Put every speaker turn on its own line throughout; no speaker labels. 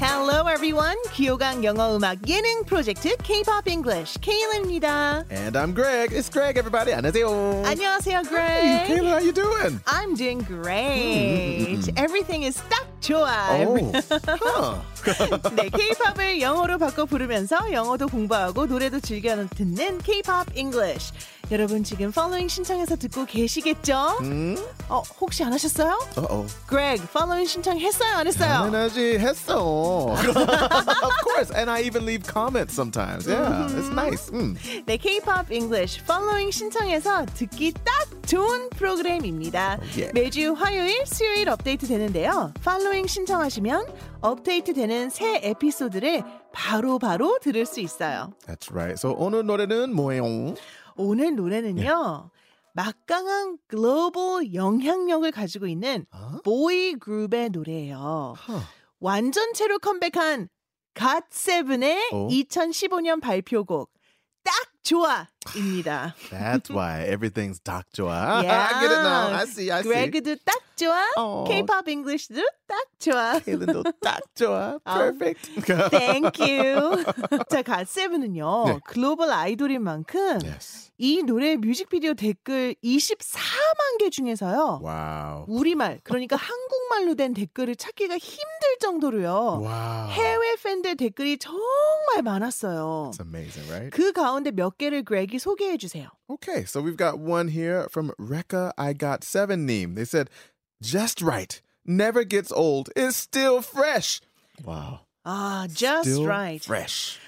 Hello everyone. 귀요강 영어 음악 예능 프로젝트 K-pop English 케일입니다.
And I'm Greg. It's Greg, everybody. 안녕하세요.
안녕하세요,
Hey,
Greg.
Kayla, how you doing?
I'm doing great. Everything is 딱 좋아.
Oh, huh.
네, K-팝을 영어로 바꿔 부르면서 영어도 공부하고 노래도 즐겨 듣는 K-pop English. 여러분 지금 following 신청해서 듣고 계시겠죠? 어, 혹시 안 하셨어요?
Uh-oh.
Greg, following 신청했어요, 안 했어요?
Energy Hessel. of course. And I even leave comments sometimes. Yeah, it's
Mm-hmm.
nice. Mm.
네, K-pop English following 신청해서 듣기 딱 좋은 프로그램입니다.
예.
매주 화요일, 수요일 업데이트 되는데요. following 신청하시면 업데이트 되는 새 에피소드를 바로바로 들을 수 있어요.
That's right. So 오늘 노래는 뭐예요?
오늘 노래는요.
예.
막강한 글로벌 영향력을 가지고 있는
아?
보이 그룹의 노래예요.
Huh.
완전체로 컴백한 갓세븐의
어?
2015년 발표곡 딱 좋아입니다.
That's why everything's Doc Joa. I
Yeah.
get it now. I see. I see.
그레그도 딱 좋아.
Oh.
K-pop English도 딱 좋아.
Kaylin Doc Joa.
Oh.
Perfect.
Thank you. 자, 갓세븐은요.
네.
글로벌 아이돌인 만큼
Yes.
이 노래 뮤직비디오 댓글 24만 개 중에서요.
Wow.
우리말 그러니까 한국말로 된 댓글을 찾기가 힘들 정도로요.
Wow.
해외 팬들 댓글이 정말 많았어요.
It's amazing, right?
그 가운데 몇 개를 그렉이 소개해 주세요.
Okay, so we've got one here from Rekka I Got Seven Neem. They said, just right. Never gets old. It's still fresh. Wow.
아, just
still
right.
Fresh.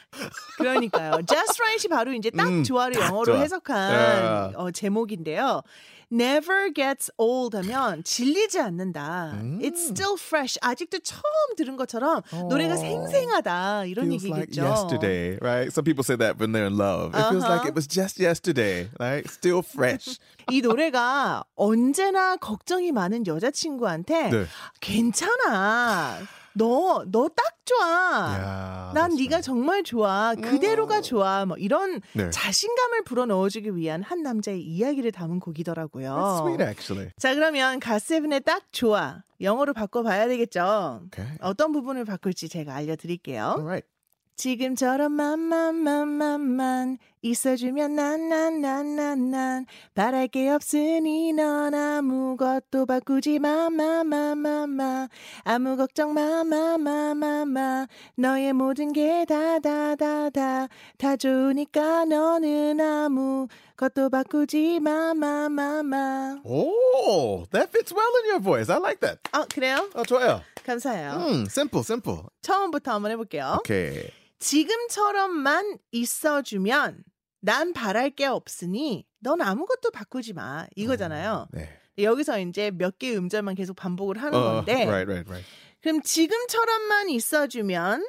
그러니까요. Just Right이 바로 이제 딱
음,
좋아를
딱
영어로
좋아.
해석한 어, 제목인데요. Never gets old 하면 질리지 않는다.
음.
It's still fresh. 아직도 처음 들은 것처럼 노래가
어.
생생하다. 이런
feels like
얘기겠죠.
yesterday, right? Some people say that when they're in love. It feels like
Uh-huh.
it was just yesterday, right? Still fresh.
이 노래가 언제나 걱정이 많은 여자친구한테
네.
괜찮아. 너, 너 딱 좋아. 난
yeah, that's 음.
네가 정말 좋아. 그대로가 좋아. 뭐 이런
네.
자신감을 불어넣어주기 위한 한 남자의 이야기를 담은
That's
곡이더라고요.
sweet, actually.
자 그러면 갓세븐의 딱 좋아 영어로 바꿔봐야 되겠죠.
Okay.
어떤 부분을 바꿀지 제가
All
알려드릴게요.
right.
지금처럼 만만만만만 있어주면 난 난 난 난 난 바랄 게 없으니 넌 아무것도 바꾸지 마마마마마 아무 걱정 마마마마마 너의 모든 게 다 다 다 다 다 좋으니까 너는 아무것도 바꾸지 마마마마
Oh, that fits well in your voice. I like that.
아 그래요?
Oh, Joel.
감사해요.
Mm, simple, simple.
음. 처음부터 한번 해볼게요.
Okay.
지금처럼만 있어주면 난 바랄 게 없으니 넌 아무것도 바꾸지 마 이거잖아요.
네.
여기서 이제 몇 개 음절만 계속 반복을 하는
Uh,
건데
right, right, right.
그럼 지금처럼만 있어주면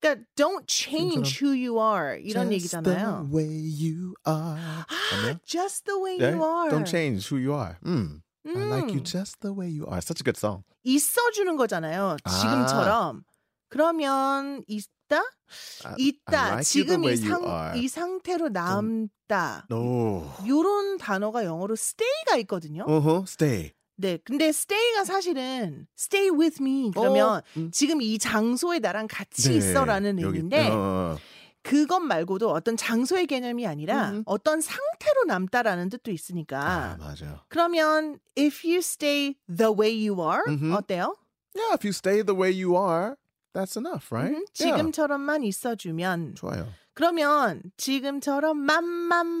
그러니까 don't change who you are 이런
Just
얘기잖아요.
The way you are.
아, just the way
Yeah?
you are.
Don't change who you are. Mm. I like you
음,
just the way you are. Such a good song.
있어주는 거잖아요.
아.
지금처럼. 그러면 있다?
I- 아, I
있다.
like you the
지금
way
이,
you
상,
are.
이 상태로 남다.
No.
요런 단어가 영어로 stay가 있거든요.
Uh huh. Stay.
네. 근데 stay가 사실은 stay with me 그러면
어, 음.
지금 이 장소에 나랑 같이
네,
있어라는
여기-
의미인데
어, 어, 어.
그것 말고도 어떤 장소의 개념이 아니라
음.
어떤 상태로 남다라는 뜻도 있으니까
아, 맞아.
그러면 if you stay the way you are
음흠.
어때요?
Yeah, if you stay the way you are, that's enough, right?
음,
Yeah.
지금처럼만 있어주면
좋아요.
그러면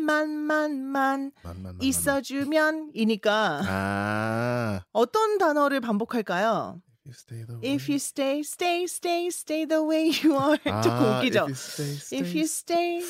지금처럼만만만만만
만, 만, 만, 만.
있어주면이니까
아.
어떤 단어를 반복할까요?
If you stay the way.
If you stay, stay, stay, stay the way you are.
아,
조금 웃기죠?
If you stay, stay.
If you stay,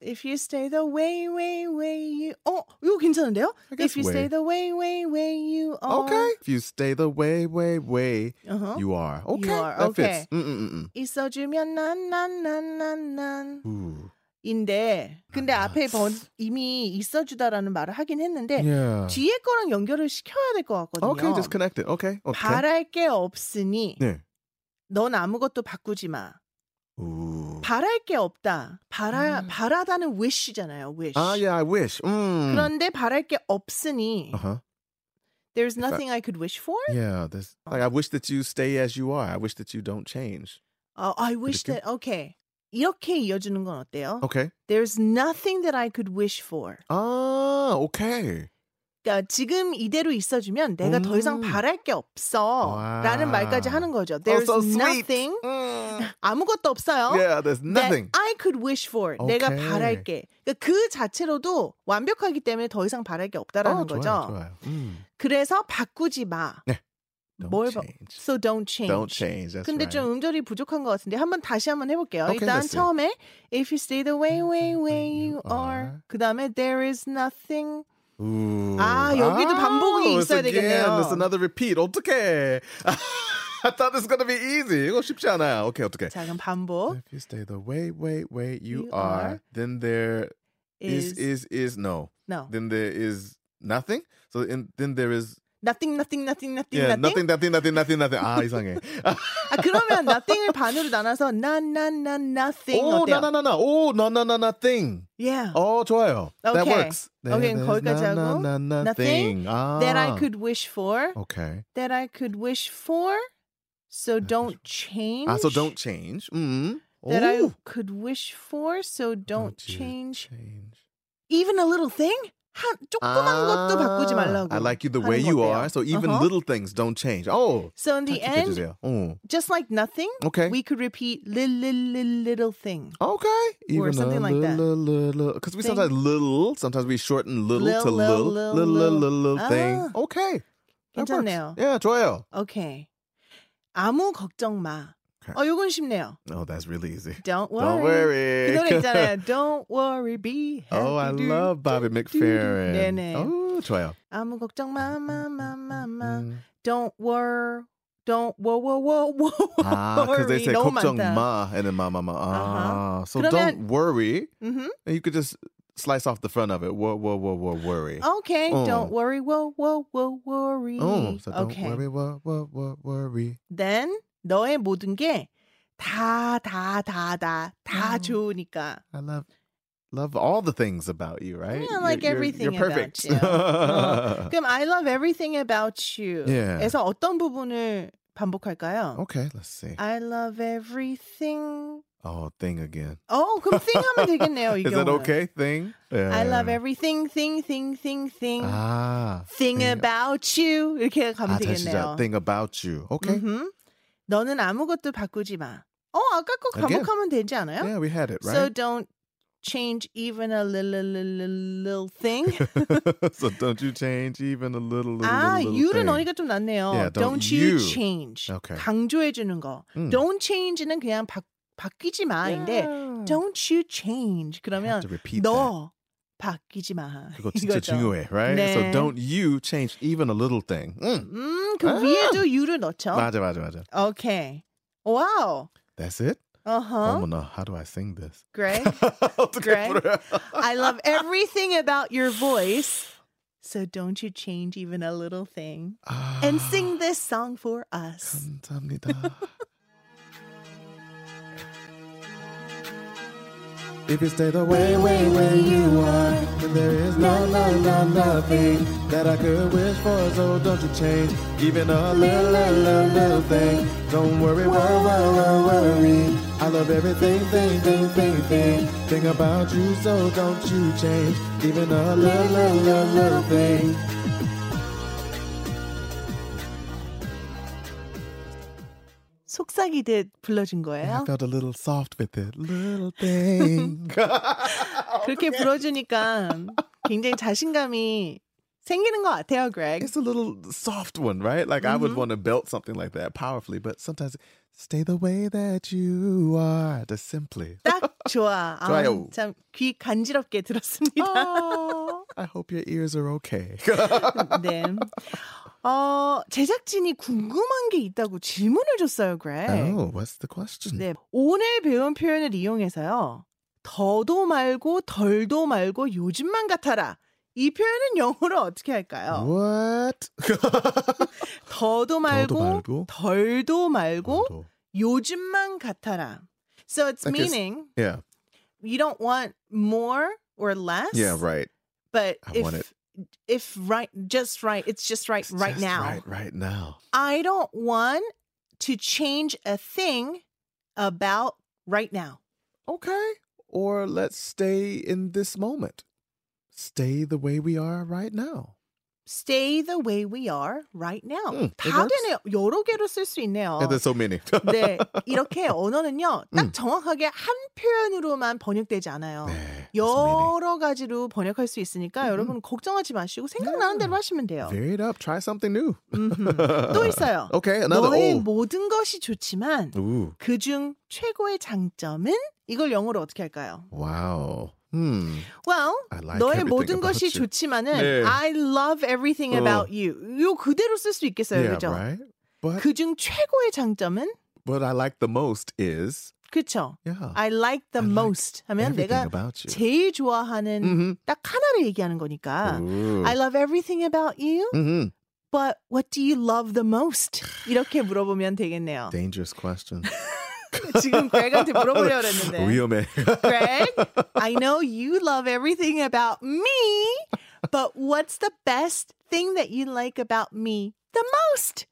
if you stay the way, way, way you. 어, 이거 괜찮은데요?
I guess
If you stay
way.
the way, way, way you are.
Okay. If you stay the way, way, way
Uh-huh.
you are.
You
Okay.
are,
That
okay.
fits. Mm, Mm-mm-mm.
있어주면 난, 난, 난, 난, 난.
Ooh.
인데, 근데
아.
앞에 번, 이미 있어주다라는 말을 하긴 했는데,
Yeah.
뒤에 거랑 연결을 시켜야 될 것 같거든요.
Okay, just connect it. Okay. Okay.
바랄 게 없으니
네.
넌 아무것도 바꾸지 마.
Ooh.
바랄 게 없다.
음.
바라 바라다는 wish잖아요. wish.
Ah, yeah, I wish. Mm.
그런데 바랄 게 없으니
Uh-huh.
there's
아.
nothing I could wish for.
Yeah, this like I wish that you stay as you are. I wish that you don't change.
어, I wish
그렇게?
that okay. 이렇게 이어주는 건 어때요?
Okay.
There's nothing that I could wish for.
Ah, okay.
그러니까 지금 이대로 있어주면 내가 더 이상
음.
바랄 게
와.
없어라는 말까지 하는 거죠. There's
oh, so sweet.
nothing
Mm.
아무것도 없어요.
Yeah, there's nothing.
Oh, That I could wish for 내가
오케이.
바랄 게. 그러니까 그 자체로도 완벽하기 때문에 더 이상 바랄 게 없다라는
Oh,
거죠.
좋아요, 좋아요. Mm.
그래서 바꾸지 마.
네. Don't
뭘 바-
change.
So don't change.
Don't change. That's
근데
right.
좀 음절이 부족한 것 같은데 한번 다시 한번 해볼게요.
Okay,
일단
let's see.
처음에 If you stay the way, way, way you are
are.
그 다음에 There is nothing
Ooh.
아, 여기도 반복이
Oh, it's
있어야
again.
되겠네요.
It's another repeat. 어떡해. I thought this was going to be easy. 이거 쉽지 않아요. Okay, 어떡해.
작은 반복
If you stay the way, way, way you,
You
are,
are.
then there
is,
is, is, is no.
no
Then there is nothing. So in, then there is
nothing nothing nothing nothing
Yeah,
nothing
nothing, nothing, nothing, nothing, nothing. Ah, 아 이상해.
아 그러면 nothing을 반으로 나눠서 none none none nothing
오,
어때요?
na na na na. 오, na na na na thing.
Yeah
오, 좋아요. Oh,
Oh.
That
Okay.
works.
Okay,
There's
거기까지 하고.
na, na, na, na,
Nothing.
thing. 아.
that I could wish for
Okay.
that I could wish for so don't change
아, Ah, so don't change. Mm-hmm. 음.
that I
오.
could wish for so don't
you
change
change.
even a little thing 한 조그만 것도 바꾸지 말라고
Ah, I like you the
하는
way you
거대요.
are. So even
Uh-huh.
little things don't change. Oh.
So in the
착각해
end
주세요. 어.
just like nothing
Okay.
we could repeat little little little thing
Okay.
Or something like that.
Because we sometimes little, sometimes we shorten little
Lil,
to
lil,
little,
lil,
little, little,
lil.
little, thing.
Ah.
Okay. That works.
괜찮네요.
Yeah, 좋아요.
Okay. 아무 걱정 마.
Okay.
어, 요건 쉽네요.
Oh, that's really easy.
Don't worry.
Don't worry.
그 노래 있잖아요. Don't worry, be happy.
oh, I
do,
love Bobby
do, do, do.
McFerrin.
네네.
Oh, 좋아요.
아무 걱정 마, 마, 마, 마, 마.
Mm.
Don't worry. Don't wo wo wo wo.
Ah, because they
worry.
say
너무
걱정
많다.
ma and then ma ma ma.
Uh-huh.
Ah, so
그러면-
don't worry.
음흠.
And You could just slice off the front of it. Whoa, whoa, whoa, whoa, worry.
Okay.
어.
Don't worry. Wo wo wo worry.
Oh, so don't
okay.
worry, whoa, whoa, whoa, worry.
Then 너의 모든 게다다다다다
음.
좋으니까.
I love love all the things about you, right?
Yeah, like everything
you're
about
perfect.
you. Uh-huh.
아.
어. 그럼 I love everything about
Yeah.
you에서 어떤 부분을 반복할까요?
okay, let's see.
I love everything.
Oh, thing again.
어, 그럼 thing 하면 되겠네요. 이
Is that
경우는.
okay? 예. Thing.
I love
Yeah.
everything, thing, thing, thing, thing,
Ah,
thing
thing-
about you 이렇게 가면
아, 다시
되겠네요.
시작. Thing about you. Okay.
음흠. 너는 아무것도 바꾸지 마. 어, 아까 거
Again.
반복하면 되지 않아요?
Yeah, we had it,
So
right?
don't change even a little, little, little thing.
So, don't you change even a little, little,
아, Ah,
little, little
you는
thing.
어니가 좀 낫네요.
Yeah, don't
you
you.
change.
Okay.
강조해 주는 거.
음.
Don't change는 그냥 바, 바뀌지 마인데
Yeah.
Don't you change.
Have
그러면
to repeat that.
너 바뀌지 마.
그거 진짜 중요해, right?
네.
So don't you change even a little thing. Mm. 음.
음, 그
아.
위에도 you를 넣죠.
맞아, 맞아, 맞아.
Okay. Wow.
That's it?
Uh-huh.
어머나, how do I sing this?
Great.
어떻게
Greg?
부르
I love everything about your voice. So don't you change even a little thing.
아,
And sing this song for us.
감사합니다. If you stay the way, way, way you are, then there is no, no, no, nothing that I could wish for. So don't you change even a little, little, little thing. Don't worry, worry, worry, worry. I love everything, thing, thing, thing, thing, thing about you. So don't you change even a little, little, little, little thing.
속삭이듯 불러준
Yeah, I
거예요.
felt a little soft with it. Little thing.
그렇게 불어주니까 굉장히 자신감이 생기는 것 같아요, Greg.
it's a little soft one, right? Like I
Mm-hmm.
would want to belt something like that powerfully, but sometimes stay the way that you are. Just simply.
딱 좋아. 아,
좋아요.
참귀 간지럽게 들었습니다.
Oh, I hope your ears are okay.
네. 어, 제작진이 궁금한 게 있다고 질문을 줬어요, Greg.
oh, what's the question?
네. 오늘 배운 표현을 이용해서요. 더도 말고 덜도 말고 요즘만 같아라. 이 표현은 영어로 어떻게
음.
할까요?
What?
더도 말고,
말고,
덜도 말고
또
요즘만 같아라. So it's
I guess-
meaning
Yeah.
you don't want more or less.
Yeah. Right.
But
I
if
want it.
if right, just right, it's just right,
It's
right
just
now.
Right. Right now.
I don't want to change a thing about right now.
Okay. Or let's stay in this moment. Stay the way we are right now.
Stay the way we are right now.
음, it
다되네요. 여러 개로 쓸 수 있네요.
Yeah, there's so many.
네, 이렇게 언어는요, 딱
음.
정확하게 한 표현으로만 번역되지 않아요.
네, there's
여러 가지로 번역할 수 있으니까
음.
여러분 걱정하지 마시고 생각나는
네.
대로 하시면 돼요.
many. Vary it up. Try something new.
음흠. 또 있어요.
Okay. Another. 음.
너의
oh.
모든 것이 좋지만
Ooh.
그중 최고의 장점은 이걸 영어로 어떻게 할까요?
Wow. Hmm.
Well,
I like
너의
everything
모든
about
것이
you.
좋지만은
네.
I love everything
어.
about you. 요 그대로 쓸 수 있겠어요,
Yeah,
그죠?
right. But
그중 최고의 장점은
what I like the most is
그쵸?
yeah.
I like the
I like
most 하면
everything
내가
about you.
제일 좋아하는
Mhm.
딱 하나를 얘기하는 거니까
Ooh.
I love everything about you,
Mhm.
but what do you love the most? 이렇게 물어보면 되겠네요.
Dangerous question.
지금 Greg한테 물어보려고 그랬는데.
위험해.
Greg, I know you love everything about me, but what's the best thing that you like about me the most?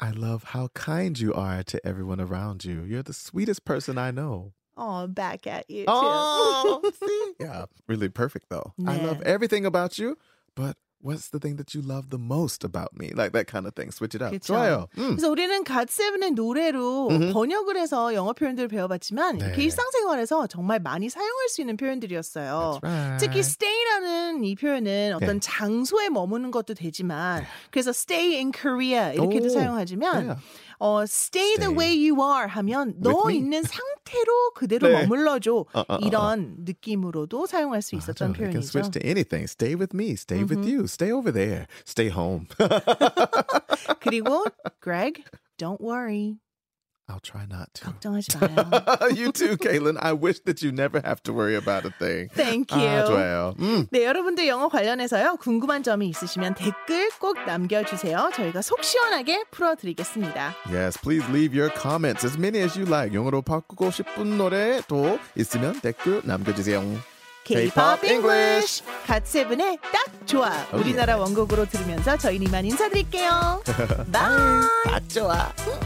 I love how kind you are to everyone around you. You're the sweetest person I know.
Oh, back at you. too.
Oh, see? Yeah, really perfect though. I love
Yeah.
everything about you, but what's the thing that you love the most about me? Like that kind of thing. Switch it up.
그쵸.
좋아요. Mm, 음.
그래서 우리는 갓세븐의 노래로
음흠.
번역을 해서 영어 표현들을 배워봤지만 이렇게
네.
일상생활에서 정말 많이 사용할 수 있는 표현들이었어요.
That's right. 네.
특히 stay라는 이 표현은 어떤 장소에 머무는 것도 되지만 그래서 stay in Korea 이렇게도
오,
사용하지만
yeah.
어, stay, the
Stay.
way you are 하면
With
너
me.
있는 상태로 그대로
네.
머물러줘
어, 어, 어,
이런 느낌으로도 사용할 수 있었던
맞아. It can switch
표현이죠.
to anything. Stay with me. Stay with you. Stay over there. Stay home.
그리고 Greg, don't worry
I'll try not to.
걱정하지 마요.
you too, Caitlin. I wish that you never have to worry about a thing. Ah, Mm,
Thank
아,
you.
좋아요. 음.
네, 여러분들 영어 관련해서요. 궁금한 점이 있으시면 댓글 꼭 남겨주세요. 저희가 속 시원하게 풀어드리겠습니다.
Yes, please leave your comments as many as you like. 영어로 바꾸고 싶은 노래도 있으면 댓글 남겨주세요.
K-pop English 갓세븐의 딱 좋아.
Oh,
우리나라 원곡으로 들으면서 저희는 이만 인사드릴게요. 바이.
아, 좋아.
음.